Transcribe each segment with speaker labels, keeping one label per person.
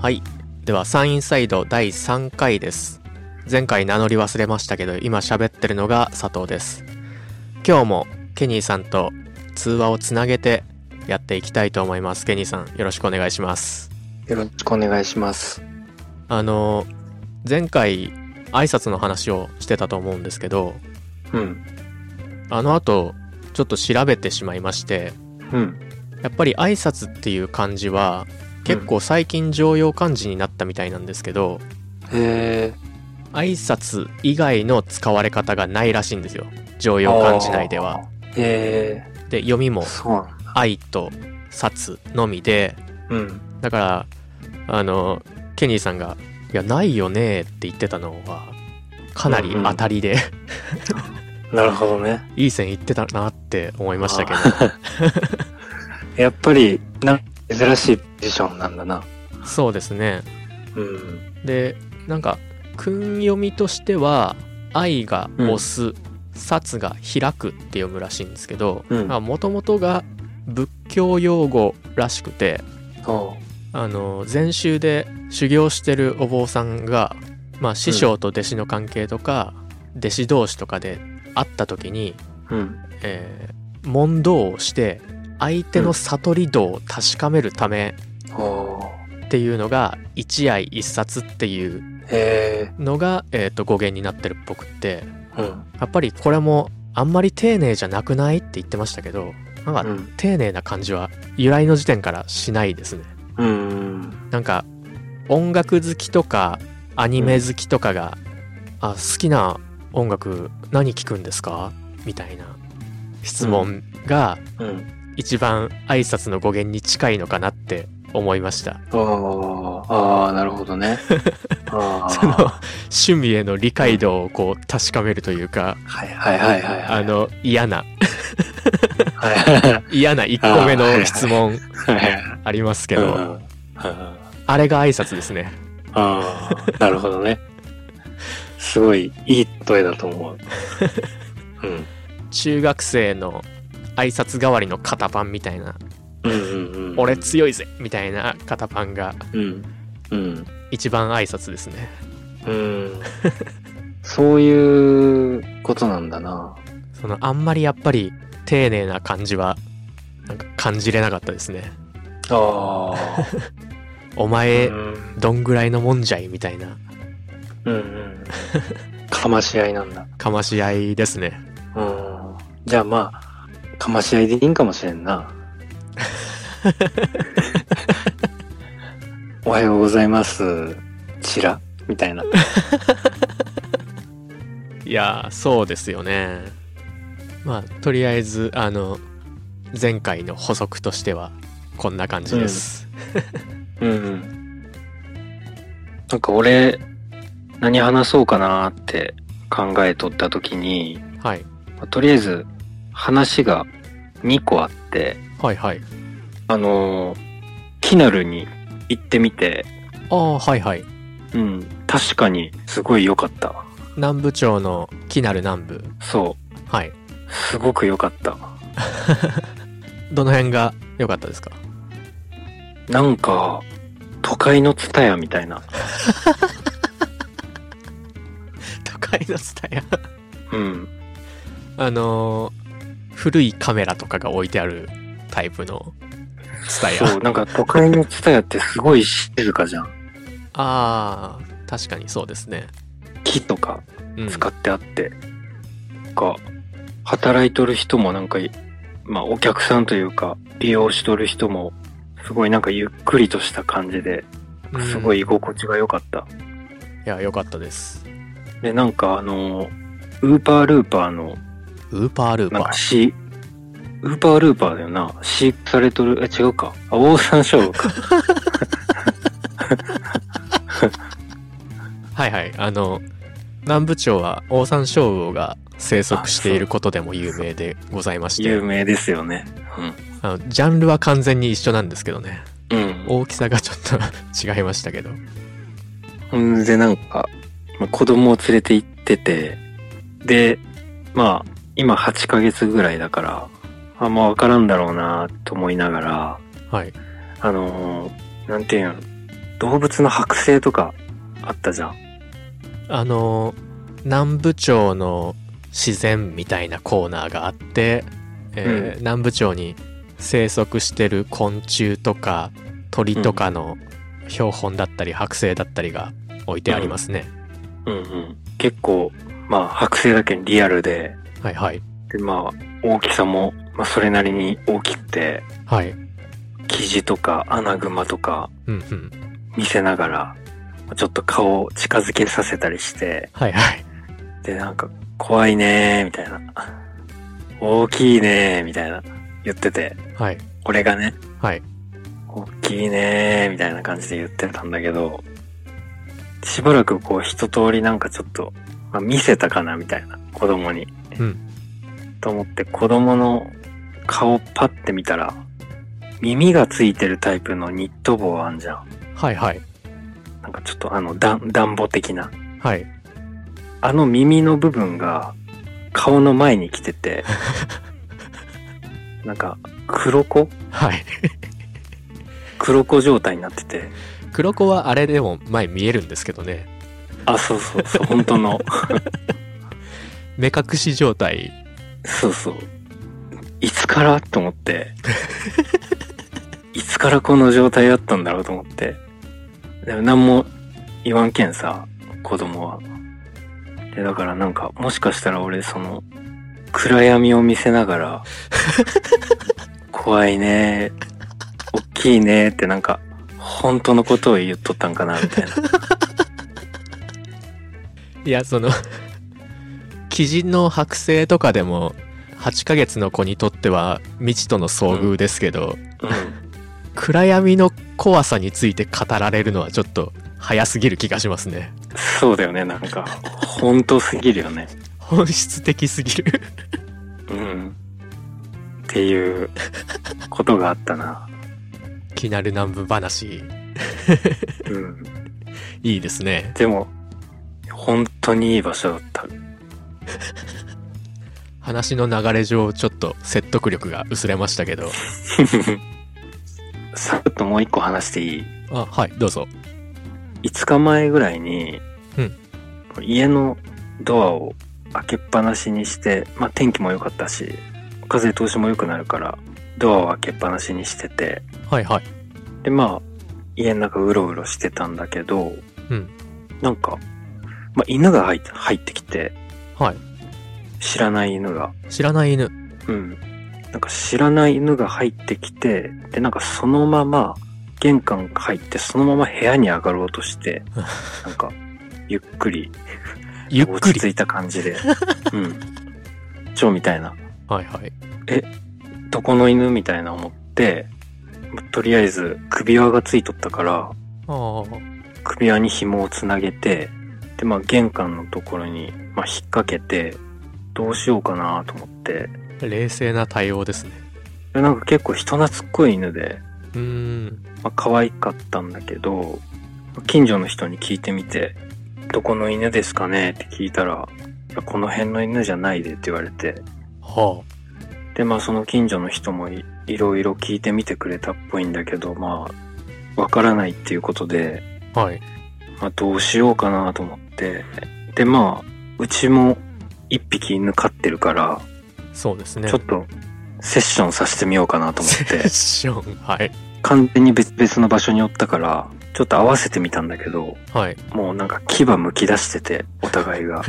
Speaker 1: はいではサインサイド第3回です前回名乗り忘れましたけど今喋ってるのが佐藤です今日もケニーさんと通話をつなげてやっていきたいと思いますケニーさんよろしくお願いします
Speaker 2: よろしくお願いします。
Speaker 1: あの前回挨拶の話をしてたと思うんですけど
Speaker 2: うん。
Speaker 1: あの後ちょっと調べてしまいまして
Speaker 2: うん。
Speaker 1: やっぱり挨拶っていう漢字は結構最近常用漢字になったみたいなんですけど、
Speaker 2: へえ。
Speaker 1: 挨拶以外の使われ方がないらしいんですよ常用漢字内では。
Speaker 2: へ
Speaker 1: で読み
Speaker 2: え。
Speaker 1: も
Speaker 2: そうなんだ。
Speaker 1: 「愛」と「殺」のみで
Speaker 2: うん。
Speaker 1: だからあのケニーさんが「いやないよね」って言ってたのはかなり当たりで、
Speaker 2: なるほどね。
Speaker 1: いい線いってたなって思いま したけど
Speaker 2: やっぱり、な、珍しいポジションなんだな。
Speaker 1: そうですね
Speaker 2: うん。
Speaker 1: でなんか訓読みとしては「愛」が「押す」殺」が「開く」って読むらしいんですけど
Speaker 2: うん
Speaker 1: もともとが仏教用語らしくて
Speaker 2: そ
Speaker 1: あの禅宗で修行してるお坊さんが、まあ、師匠と弟子の関係とか、弟子同士とかで会った時に、
Speaker 2: う。うん。
Speaker 1: えー問答をして相手の悟り度を確かめるため
Speaker 2: おー
Speaker 1: っていうのが「一愛一冊」っていう
Speaker 2: へ
Speaker 1: のが、えーと語源になってるっぽくって
Speaker 2: え。うん。
Speaker 1: やっぱりこれもあんまり丁寧じゃなくないって言ってましたけどなんか
Speaker 2: うん。
Speaker 1: 丁寧な感じは由来の時点からしないですね。
Speaker 2: うん。
Speaker 1: なんか音楽好きとかアニメ好きとかが「あ好きな音楽何聴くんですか?」みたいな質問が
Speaker 2: うん。
Speaker 1: 一番挨拶の語源に近いのかなって思いました。
Speaker 2: おーああ、なるほ どね。あ
Speaker 1: その
Speaker 2: あ。
Speaker 1: 趣味への理解度をこう確かめるというか、
Speaker 2: はいはいはいはい。
Speaker 1: あ、の嫌な
Speaker 2: はいは
Speaker 1: 嫌な1個目
Speaker 2: あーはいは
Speaker 1: の
Speaker 2: い
Speaker 1: 質問
Speaker 2: いはい。
Speaker 1: ありますけ
Speaker 2: け
Speaker 1: ど、
Speaker 2: うん。うんあ
Speaker 1: あれが挨拶ですね。
Speaker 2: あ、なるほどね。すごい、いい声だと思う。うん。
Speaker 1: 中学生の挨拶代わりの肩パンみたいな
Speaker 2: うんうんうん
Speaker 1: 「俺強いぜ!」みたいな肩パンが
Speaker 2: うんうん
Speaker 1: 一番挨拶ですね
Speaker 2: うんそういうことなんだな
Speaker 1: そのあんまりやっぱり丁寧な感じはなんか感じれなかったですね
Speaker 2: あ
Speaker 1: お
Speaker 2: え
Speaker 1: 前
Speaker 2: うん
Speaker 1: どんぐらいのもんじゃいみたいな
Speaker 2: うんうんかまし合いなんだ
Speaker 1: かまし合いですね
Speaker 2: うんじゃあまあかまし合いでいいんかもしれん なおはようございますちらみたいない
Speaker 1: やーそうですよねまあとりあえずあの前回の補足としてはこんな感じです、
Speaker 2: うんうんなんか俺何話そうかなーって考えとった時に
Speaker 1: はい
Speaker 2: まあとりあえず話が2個あって、
Speaker 1: はいはい
Speaker 2: あのーキナルに行ってみて、
Speaker 1: ああはいはい
Speaker 2: うん、確かにすごい良かった。
Speaker 1: 南部町の木なる南部
Speaker 2: そ、
Speaker 1: はいう
Speaker 2: すごく良かった。
Speaker 1: どの辺が良かったですか
Speaker 2: なんか、都会のツタヤみたいな。
Speaker 1: 都会のスタイル
Speaker 2: うん。
Speaker 1: あのー古いカメラとかが置いてあるタイプのスタイル
Speaker 2: そう、なんか都会のツタヤってすごい静かじゃん。
Speaker 1: あー確かにそうですね、
Speaker 2: 木とか
Speaker 1: うん、
Speaker 2: 使ってあって。なんか、働いとる人もなんか、まあお客さんというか、利用しとる人も、すごいなんかゆっくりとした感じで、
Speaker 1: うん
Speaker 2: すご
Speaker 1: い
Speaker 2: い居心地が良かった。
Speaker 1: や良かったです
Speaker 2: で、なんかあの、ウーパールーパーの、
Speaker 1: ウーパールー
Speaker 2: なん
Speaker 1: パ
Speaker 2: か飼ウーパールーパーだよな。飼育されとる、え、違うか。あ、オオサンシ ョウウオか。
Speaker 1: ーはいはいあの南部町はオオサンショウウオが生息していることでも有名でございまして
Speaker 2: 有名ですよね。
Speaker 1: あのジャンルは完全に一緒なんですけどね
Speaker 2: うん。
Speaker 1: 大きさがちょっと 違いましたけど
Speaker 2: うん。で、なんか、まあ子供を連れて行ってて、で、まあ、今8ヶ月ぐらいだから、あんまわからんだろうなと思いながら、
Speaker 1: はい
Speaker 2: あのーなんていうん、動物の剥製とかあったじゃん。
Speaker 1: あの南部町の自然みたいなコーナーがあって、えー
Speaker 2: うん
Speaker 1: 南部町に生息してる昆虫とか鳥とかの標本だったり剥製だったりが置いてありますね、
Speaker 2: うんうん。結構、まあ、剥製だけにリアルで、
Speaker 1: はいはい
Speaker 2: で、まあ、大きさも、まあ、それなりに大きくて、
Speaker 1: はい
Speaker 2: キジとかアナグマとか
Speaker 1: うんうん
Speaker 2: 見せながら、ちょっと顔を近づけさせたりして、
Speaker 1: はいはい
Speaker 2: で、なんか、怖いねー、みたいな。大きいねー、みたいな。言ってて、
Speaker 1: はい
Speaker 2: これがね、
Speaker 1: はい
Speaker 2: 大きいねー、みたいな感じで言ってたんだけど、しばらくこう一通りなんかちょっと、まあ、見せたかな、みたいな、子供に。
Speaker 1: うん
Speaker 2: と思って、子供の顔パッて見たら、耳がついてるタイプのニット帽あんじゃん。
Speaker 1: はいはい
Speaker 2: なんかちょっとあの、だん暖房的な。
Speaker 1: はい
Speaker 2: あの耳の部分が顔の前に来てて、なんか黒子
Speaker 1: はい
Speaker 2: 黒子状態になってて、
Speaker 1: 黒子はあれでも前見えるんですけどね
Speaker 2: あ、そうそうそう、本当の、
Speaker 1: 目隠し状態
Speaker 2: そうそう。いつからと思って、いつからこの状態だったんだろうと思って、でも何も言わんけんさ、子供は。で、だからなんか、もしかしたら俺、その、暗闇を見せながら、怖いねー、大きいねーってなんか、本当のことを言っとったんかな、みたいな。
Speaker 1: いやその キジの剥製とかでも8ヶ月の子にとっては未知との遭遇ですけど、
Speaker 2: うん。
Speaker 1: 暗闇の怖さについて語られるのはちょっと早すぎる気がしますね
Speaker 2: そうだよね、なんか、本当すぎるよね。
Speaker 1: 本質的すぎる
Speaker 2: うん。っていうことがあった な。
Speaker 1: 気になる南部話
Speaker 2: うん。
Speaker 1: いいですね
Speaker 2: でも、本当にいい場所だった。
Speaker 1: 話の流れ上ちょっと説得力が薄れましたけど
Speaker 2: さっともう一個話していい
Speaker 1: あはいどうぞ
Speaker 2: ?5 日前ぐらいに、
Speaker 1: うん
Speaker 2: 家のドアを開けっぱなしにして、まあ天気も良かったし、風通しも良くなるから、ドアを開けっぱなしにしてて、
Speaker 1: はいはい
Speaker 2: でまあ、家の中うろうろしてたんだけど、
Speaker 1: うん
Speaker 2: なんか、まあ犬が入って入ってきて、
Speaker 1: はい
Speaker 2: 知らない犬が。
Speaker 1: 知らない犬
Speaker 2: うん。なんか知らない犬が入ってきて、で、なんかそのまま玄関入って、そのまま部屋に上がろう として、なんか、ゆっくり、
Speaker 1: ゆっく
Speaker 2: 落ち
Speaker 1: り
Speaker 2: 着いた感じで、うん。蝶みたいな、
Speaker 1: はいはい
Speaker 2: どこの犬みたいな思って、とりあえず首輪がついとったから、
Speaker 1: あー
Speaker 2: 首輪に紐をつなげて、で、まあ玄関のところに、まあ引っ掛けて、どうしようかなと思って、
Speaker 1: 冷静な対応ですね
Speaker 2: でなんか結構人懐っこい犬で、
Speaker 1: うーん
Speaker 2: まあ、可愛かったんだけど、近所の人に聞いてみて、どこの犬ですかねって聞いたら、いやこの辺の犬じゃないでって言われて、
Speaker 1: は
Speaker 2: で、まあその近所の人もいいろいろ聞いてみてくれたっぽいんだけど、まあ、わからないっていうことで、
Speaker 1: あはい
Speaker 2: まあどうしようかなと思って、で、まあ、うちも一匹犬飼ってるから、
Speaker 1: そうですね
Speaker 2: ちょっとセッションさせてみようかなと思 っ
Speaker 1: セ
Speaker 2: て
Speaker 1: ッ、ションはい
Speaker 2: 完全に別々の場所におったから、ちょっと合わせてみたんだけど、
Speaker 1: はい
Speaker 2: もうなんか牙むき出してて、お互い が。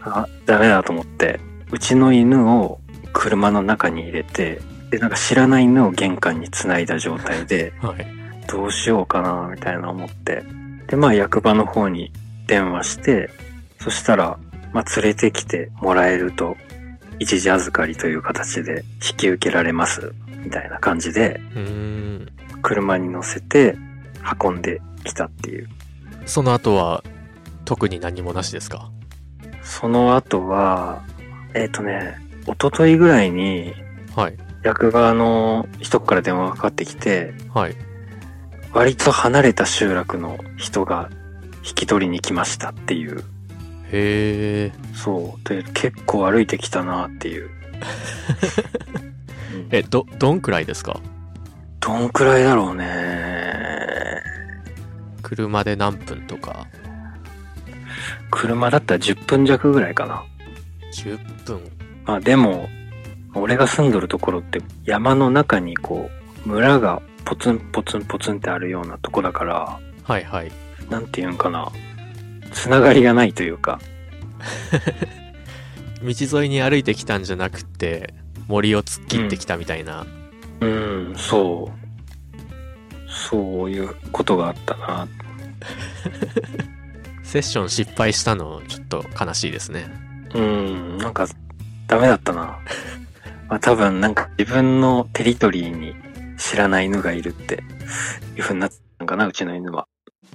Speaker 2: あ、ダメだと思って、うちの犬を車の中に入れて、で、なんか知らない犬を玄関に繋いだ状態で、
Speaker 1: はい
Speaker 2: どうしようかな、みたいな思って。で、まあ役場の方に電話して、そしたら、まあ連れてきてもらえると、一時預かりという形で引き受けられます、みたいな感じで、
Speaker 1: うーん
Speaker 2: 車に乗せて運んできたっていう。
Speaker 1: その後は特に何もなしですか
Speaker 2: その後は、えっ、とね、一昨日ぐらいに
Speaker 1: はい
Speaker 2: 役場の人から電話がかかってきて、
Speaker 1: はい
Speaker 2: 割と離れた集落の人が引き取りに来ましたっていう、
Speaker 1: へえ
Speaker 2: そう、で結構歩いてきたなっていう。うん
Speaker 1: えどどんくらいですか
Speaker 2: どんくらいだろうね。
Speaker 1: 車で何分とか
Speaker 2: 車だったら10分弱ぐらいかな。
Speaker 1: 10分
Speaker 2: まあでも、俺が住んどるところって山の中にこう、村がポツンポツンポツンってあるようなとこだから、
Speaker 1: はいはい
Speaker 2: なんていうんかな。つながりがないというか、
Speaker 1: 道沿いに歩いてきたんじゃなくて森を突っ切ってきたみたいな、
Speaker 2: うん、そう。そういうことがあったな。
Speaker 1: セッション失敗したのちょっと悲しいですね
Speaker 2: うん、なんか、ダメだったな。まあ多分なんか自分のテリトリーに知らない犬がいるっていう風になったんかな、うちの犬は。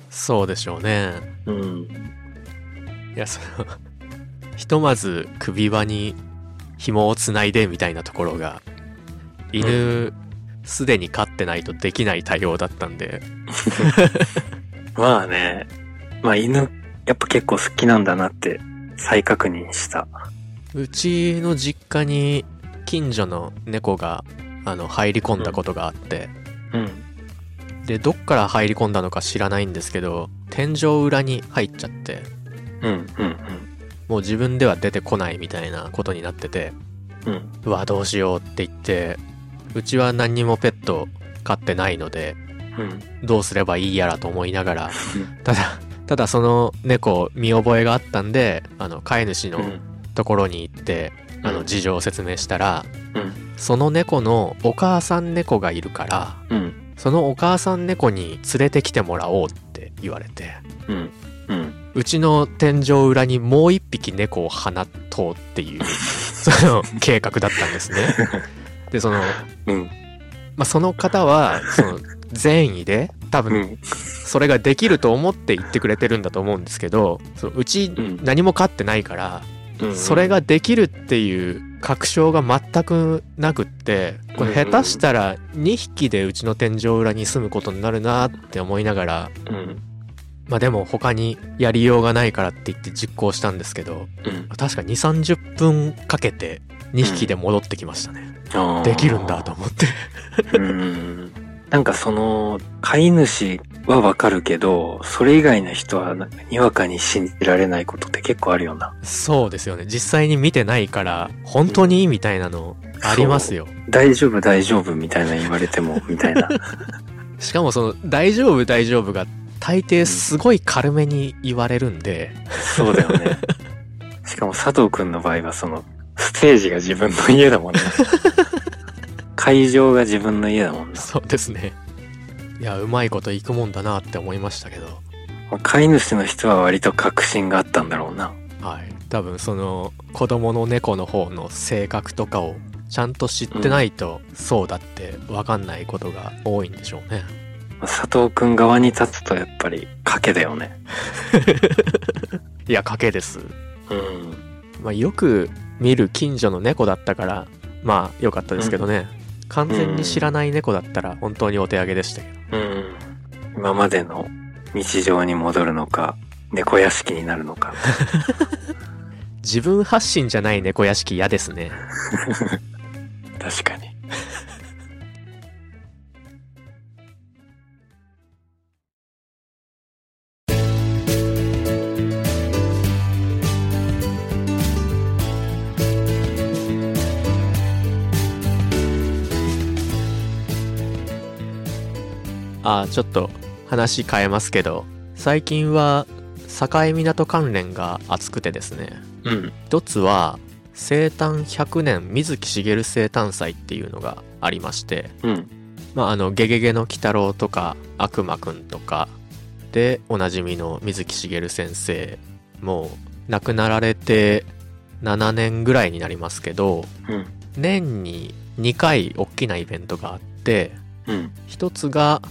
Speaker 1: そうでしょうね
Speaker 2: うん。
Speaker 1: いやそのひとまず首輪に紐をつないでみたいなところが犬すで、に飼ってないとできない対応だったんで
Speaker 2: まあね、まあ犬、やっぱ結構好きなんだなって再確認した。
Speaker 1: うちの実家に近所の猫があの入り込んだことがあって、
Speaker 2: うん。
Speaker 1: でどっから入り込んだのか知らないんですけど天井裏に入っちゃって
Speaker 2: うん、うん、
Speaker 1: もう自分では出てこないみたいなことになってて
Speaker 2: うん。うん。
Speaker 1: うわどうしようって言ってうちは何にもペット飼ってないので
Speaker 2: うん。
Speaker 1: どうすればいいやらと思いながらただただその猫見覚えがあったんであの飼い主の
Speaker 2: うん。
Speaker 1: ところに行って、あ
Speaker 2: う
Speaker 1: の
Speaker 2: ん
Speaker 1: 事情を説明したら、
Speaker 2: うん
Speaker 1: その猫のお母さん猫がいるから
Speaker 2: うん。
Speaker 1: そのお母さん猫に連れてきてもらおうって言われて
Speaker 2: うん。うん。
Speaker 1: うちの天井裏にもう一匹猫を放とうって いうその計画だったんですね。でその,、ま
Speaker 2: うん。
Speaker 1: あ、その方はその善意で多
Speaker 2: う
Speaker 1: 分
Speaker 2: ん。
Speaker 1: それができると思って言ってくれてるんだと思うんですけどそのうち
Speaker 2: うん
Speaker 1: 何も飼ってないから
Speaker 2: うん。
Speaker 1: それができるっていう確証が全くなくってこれ下手したら2匹でうちの天井裏に住むことになるなって思いながら
Speaker 2: うん、うん。
Speaker 1: まあでも他にやりようがないからって言って実行したんですけど
Speaker 2: うん。
Speaker 1: 確か2 3 0分かけて2匹で戻ってきましたね
Speaker 2: あー
Speaker 1: できるんだと。思って
Speaker 2: うん。なんかその、飼い主はわかるけど、それ以外の人はなんかにわかに信じられないことって結構あるよな。
Speaker 1: そうですよね実際に見てないから本当にみたいなのありますよ
Speaker 2: 大丈夫大丈夫みたいな言われて も、みたいな。
Speaker 1: しかもその「大丈夫大丈夫」が大抵すごい軽めに言われるんで
Speaker 2: そうだよね。しかも佐藤くんの場合はその、ステージが自分の家だもんね。会場が自分の家だもんな。
Speaker 1: そうですねいやうまいこといくもんだなって思いましたけど
Speaker 2: 飼い主の人は割と確信があったんだろうな。
Speaker 1: はい多分その子供の猫の方の性格とかをちゃんと知ってないとそうだって分かんないことが多いんでしょうね
Speaker 2: 佐藤くん側に立つとやっぱり賭けだよね。
Speaker 1: いや賭けです、
Speaker 2: うん。
Speaker 1: まあ、よく見る近所の猫だったからまあ良かったですけどね、完全に知らない猫だったら本当にお手上げでしたけど
Speaker 2: うん。今までの日常に戻るのか、猫屋敷になるのか。
Speaker 1: 自分発信じゃない猫屋敷嫌ですね
Speaker 2: 確かに。
Speaker 1: あーちょっと話変えますけど最近は境港関連が熱くてですね
Speaker 2: うん。
Speaker 1: 一つは生誕100年水木しげる生誕祭っていうのがありまして
Speaker 2: うん。
Speaker 1: まああの「ゲゲゲの鬼太郎」とか「悪魔くん」とかでおなじみの水木しげる先生もう亡くなられて7年ぐらいになりますけど
Speaker 2: うん。
Speaker 1: 年に2回大きなイベントがあって
Speaker 2: うん。
Speaker 1: 一つが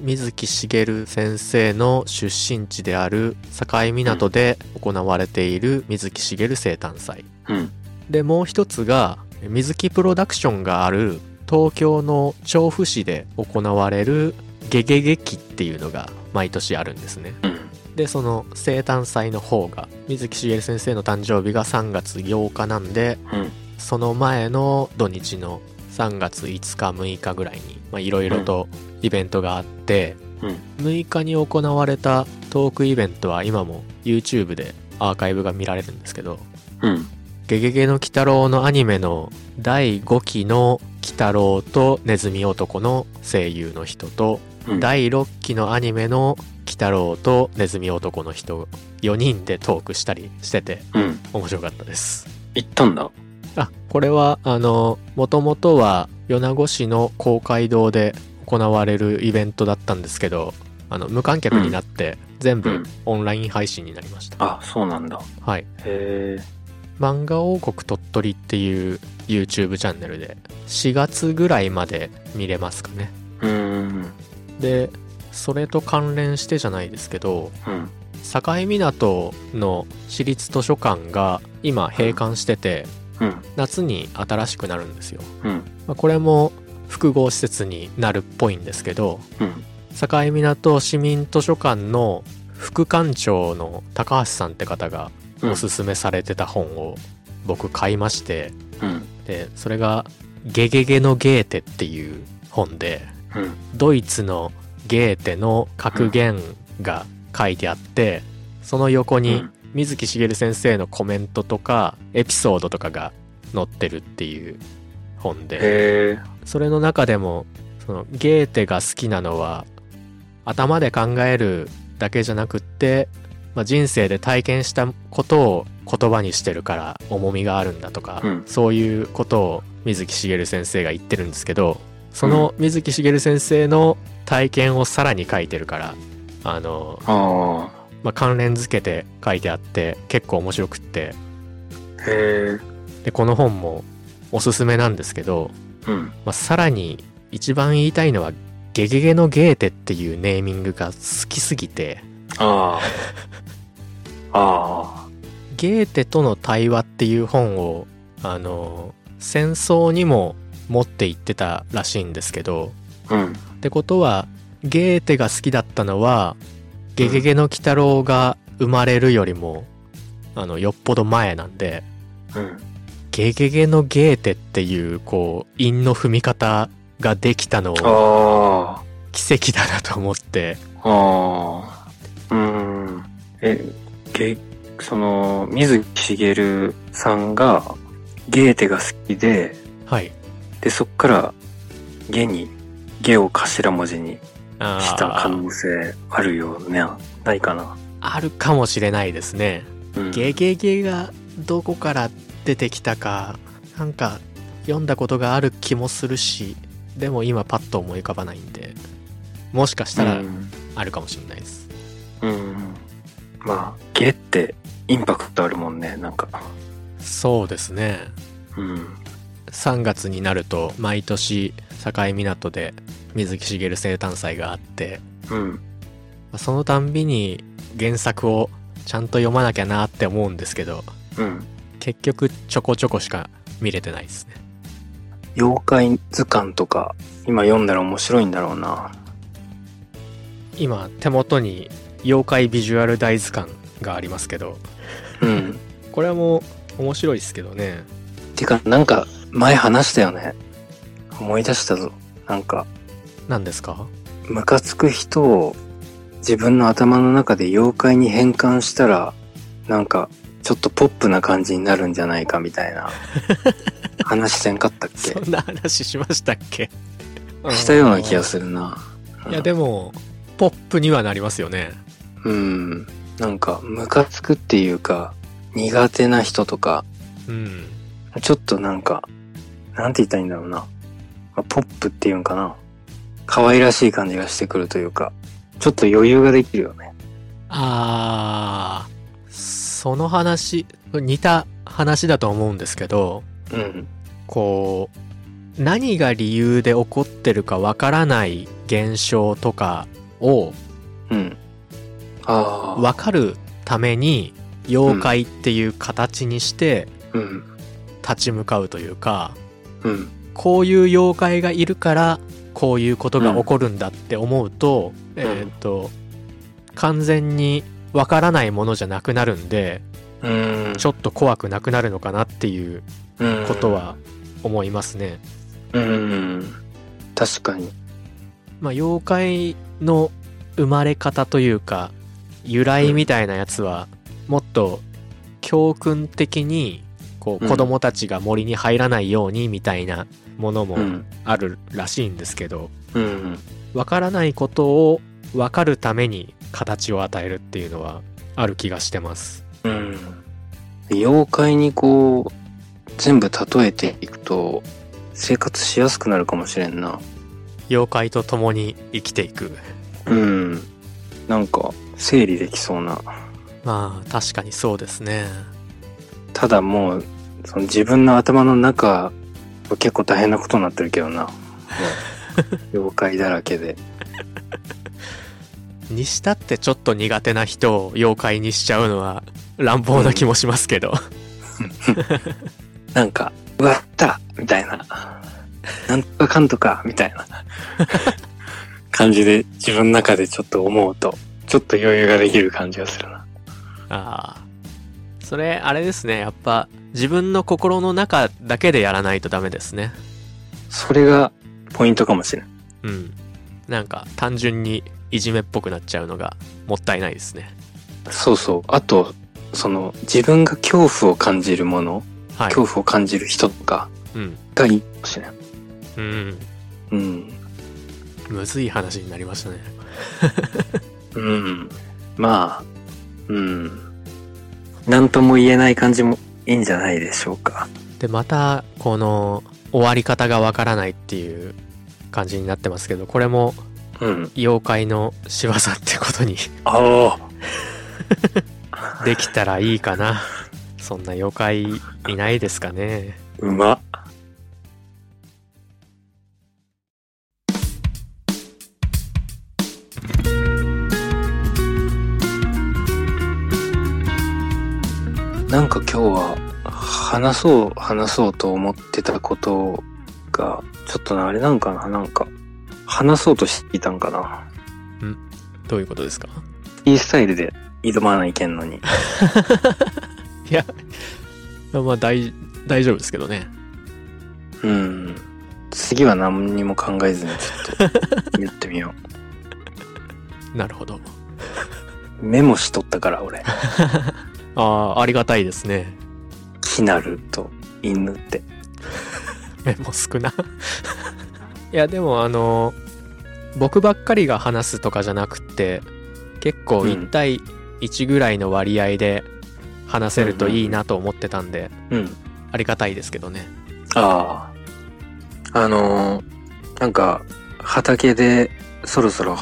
Speaker 1: 水木しげる先生の出身地である境港で行われている水木しげる生誕祭
Speaker 2: うん。
Speaker 1: でもう一つが水木プロダクションがある東京の調布市で行われるゲゲゲ期っていうのが毎年あるんですね
Speaker 2: うん。
Speaker 1: でその生誕祭の方が水木しげる先生の誕生日が3月8日なんで
Speaker 2: うん。
Speaker 1: その前の土日の3月5日6日ぐらいにまあいろいろとイベントがあって、 6日に行われたトークイベントは今も YouTube でアーカイブが見られるんですけど
Speaker 2: うん。
Speaker 1: 「ゲゲゲの鬼太郎」のアニメの第5期の鬼太郎とネズミ男の声優の人と
Speaker 2: うん。
Speaker 1: 第6期のアニメの鬼太郎とネズミ男の人4人でトークしたりしてて
Speaker 2: うん。
Speaker 1: 面白かったです
Speaker 2: 行ったんだ。
Speaker 1: あこれはあのもともとは米子市の公会堂で行われるイベントだったんですけどあの無観客になって全
Speaker 2: う
Speaker 1: 部
Speaker 2: ん
Speaker 1: オンライン配信になりました、
Speaker 2: あ、そうなんだ。
Speaker 1: はい
Speaker 2: へえ。
Speaker 1: 漫画王国鳥取っていう YouTube チャンネルで4月ぐらいまで見れますかね
Speaker 2: うーん。
Speaker 1: でそれと関連してじゃないですけど
Speaker 2: うん。
Speaker 1: 境港の市立図書館が今閉館してて
Speaker 2: うん。
Speaker 1: 夏に新しくなるんですよ、
Speaker 2: うん。
Speaker 1: まあ、これも複合施設になるっぽいんですけど
Speaker 2: うん。
Speaker 1: 境港市民図書館の副館長の高橋さんって方が
Speaker 2: うん
Speaker 1: おすすめされてた本を僕買いまして
Speaker 2: うん。
Speaker 1: でそれが「ゲゲゲのゲーテ」っていう本で
Speaker 2: うん。
Speaker 1: ドイツのゲーテの格言が書いてあってその横に
Speaker 2: うん
Speaker 1: 水木しげる先生のコメントとかエピソードとかが載ってるっていう本で
Speaker 2: へえ。
Speaker 1: それの中でもそのゲーテが好きなのは頭で考えるだけじゃなくって、まあ、人生で体験したことを言葉にしてるから重みがあるんだとか、
Speaker 2: うん
Speaker 1: そういうことを水木しげる先生が言ってるんですけどその水木しげる先生の体験をさらに書いてるからあの、
Speaker 2: あ
Speaker 1: まあ、関連付けて書いてあって結構面白くって
Speaker 2: あ。へえ。
Speaker 1: でこの本もおすすめなんですけど
Speaker 2: うん。
Speaker 1: まあ、さらに一番言いたいのは「ゲゲゲのゲーテ」っていうネーミングが好きすぎて
Speaker 2: ああ。ああ。
Speaker 1: 「ゲーテとの対話」っていう本をあの戦争にも持って行ってたらしいんですけど
Speaker 2: うん。
Speaker 1: ってことはゲーテが好きだったのは「ゲゲゲの鬼太郎」が生まれるよりもあのよっぽど前なんで
Speaker 2: うん。
Speaker 1: 「ゲゲゲのゲーテ」っていうこう韻の踏み方ができたのを
Speaker 2: あ
Speaker 1: 奇跡だなと思って。
Speaker 2: あ。ああ。うーん。え、げ、その、水木しげるさんが、ゲーテが好きで、
Speaker 1: はい
Speaker 2: で、そっから、ゲに、ゲを頭文字に
Speaker 1: あー
Speaker 2: した可能性あるよね。ないかな。
Speaker 1: あるかもしれないですね。
Speaker 2: うん。
Speaker 1: ゲゲゲがどこから出てきたか、なんか読んだことがある気もするし、でも今パッと思い浮かばないんで、もしかしたら
Speaker 2: うん
Speaker 1: あるかもしれないです。
Speaker 2: うん。まあ、ゲってインパクトあるもんね、なんか。
Speaker 1: そうですね。
Speaker 2: うん。
Speaker 1: 3月になると毎年境港で水木しげる生誕祭があって、
Speaker 2: うん。
Speaker 1: そのたんびに原作をちゃんと読まなきゃなって思うんですけど、
Speaker 2: うん。
Speaker 1: 結局ちょこちょこしか見れてないですね。
Speaker 2: 妖怪図鑑とか、今読んだら面白いんだろうな。
Speaker 1: 今手元に妖怪ビジュアル大図鑑がありますけど
Speaker 2: うん。
Speaker 1: これはもう面白いですけどね
Speaker 2: てか、なんか、前話したよね。思い出したぞ。なんか、
Speaker 1: 何ですか
Speaker 2: ムカつく人を自分の頭の中で妖怪に変換したらなんかちょっとポップな感じになるんじゃないかみた いな話してんかったっ
Speaker 1: そ
Speaker 2: け
Speaker 1: んな話しましたっけ
Speaker 2: したような気がするな。
Speaker 1: いやでもポップにはなりますよね
Speaker 2: うん。なんかムカつくっていうか苦手な人とか
Speaker 1: うん
Speaker 2: ちょっとなんかなんて言ったらいいんだろうな。まあポップっていうんかな。可愛らしい感じがしてくるというかちょっと余裕ができるよね。
Speaker 1: あーその話似た話だと思うんですけど
Speaker 2: うん。
Speaker 1: こう何が理由で起こってるかわからない現象とかを
Speaker 2: うん。ああ。
Speaker 1: 分かるために妖怪っていう形にして
Speaker 2: うん。
Speaker 1: 立ち向かうというか、
Speaker 2: うん。
Speaker 1: こういう妖怪がいるからこういうことが起こるんだって思うと、えーっと完全に分からないものじゃなくなるんで
Speaker 2: うん。
Speaker 1: ちょっと怖くなくなるのかなっていうことは思いますね。
Speaker 2: うん。うん。確かに。
Speaker 1: まあ、妖怪の生まれ方というか由来みたいなやつはもっと教訓的にこう
Speaker 2: うん
Speaker 1: 子供たちが森に入らないようにみたいなものも
Speaker 2: うん
Speaker 1: あるらしいんですけど
Speaker 2: うん
Speaker 1: わからないことをわかるために形を与えるっていうのはある気がしてます。
Speaker 2: うん妖怪にこう全部例えていくと生活しやすくなるかもしれんな
Speaker 1: 妖怪と共に生きていく。
Speaker 2: うんなんか整理できそうな
Speaker 1: まあ確かにそうですね。
Speaker 2: ただもうその自分の頭の中結構大変なことになってるけど なもう妖怪だらけで
Speaker 1: にしたってちょっと苦手な人を妖怪にしちゃうのは乱暴な気もしますけど、
Speaker 2: なんか「うわった!」みたいな「なんとかかんとか」みたいな感じで自分の中でちょっと思うとちょっと余裕ができる感じがするな
Speaker 1: ああそれあれですねやっぱ自分の心の中だけでやらないとダメですね
Speaker 2: それがポイントかもしれん
Speaker 1: うんなんか単純にいじめっぽくなっちゃうのがもったいないですね
Speaker 2: そうそうあとその自分が恐怖を感じるもの、
Speaker 1: はい
Speaker 2: 恐怖を感じる人とか
Speaker 1: うん
Speaker 2: がいいかもしれん
Speaker 1: うん
Speaker 2: うん
Speaker 1: むずい話になりましたね
Speaker 2: うん。まあ、うん。なんとも言えない感じもいいんじゃないでしょうか。
Speaker 1: でまたこの終わり方がわからないっていう感じになってますけどこれも
Speaker 2: うん。
Speaker 1: 妖怪の仕業ってことに
Speaker 2: あ あ。
Speaker 1: できたらいいかな。そんな妖怪いないですかね。
Speaker 2: うま。なんか今日は話そう話そうと思ってたことがちょっとなあれなんかななんか話そうとしていたんかな
Speaker 1: どういうことですか
Speaker 2: いいスタイルで挑まないけんのに。
Speaker 1: いや、まあ大、大丈夫ですけどね。
Speaker 2: うん。次は何にも考えずにちょっ と言ってみよ
Speaker 1: なるほど。
Speaker 2: う。メモしとったから俺。
Speaker 1: ああ、ありがたいですね。
Speaker 2: キナルと犬って。
Speaker 1: メモ少な。 いや、でもあの、僕ばっかりが話すとかじゃなくて、結構
Speaker 2: うん
Speaker 1: 1対1ぐらいの割合で話せるといいなと思ってたんで、
Speaker 2: うん。
Speaker 1: ありがたいですけどね。
Speaker 2: ああ。あのーなんか畑でそろそろ、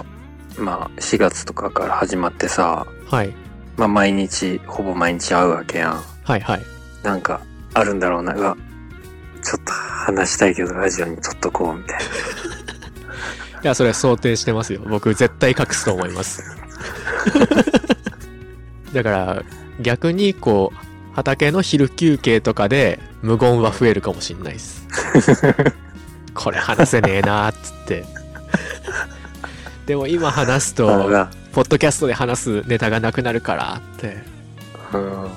Speaker 2: まあ4月とかから始まってさ、
Speaker 1: はい。
Speaker 2: まあ毎日、ほぼ毎日会うわけやん。
Speaker 1: はいはい。
Speaker 2: なんかあるんだろうな。うわ、ちょっと話したいけどラジオに撮っとこうみたいな。
Speaker 1: いや、それは想定してますよ。僕、絶対隠すと思い ます。だから、逆に、こう、畑の昼休憩とかで、無言は増えるかもしんないです。これ話せねえなーっつって。でも今話す
Speaker 2: あの
Speaker 1: と、
Speaker 2: な
Speaker 1: ポッドキャストで話すネタがなくなるからって。
Speaker 2: うん。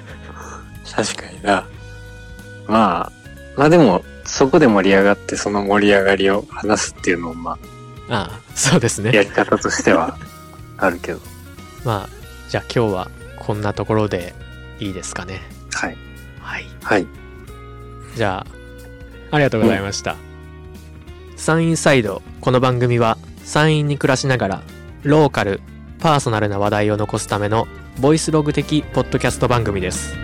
Speaker 2: 確かにな。まあ、まあでも、そこで盛り上がって、その盛り上がりを話すっていうのも、ま
Speaker 1: ああ、そうです
Speaker 2: あ、
Speaker 1: ね。
Speaker 2: やり方としてはあるけど。
Speaker 1: まあ、じゃあ今日はこんなところでいいですかね。
Speaker 2: はい。
Speaker 1: はい。
Speaker 2: はい。
Speaker 1: じゃあ、ありがとうございました。山陰サイド、この番組は山陰に暮らしながら、ローカル、パーソナルな話題を残すための、ボイスログ的ポッドキャスト番組です。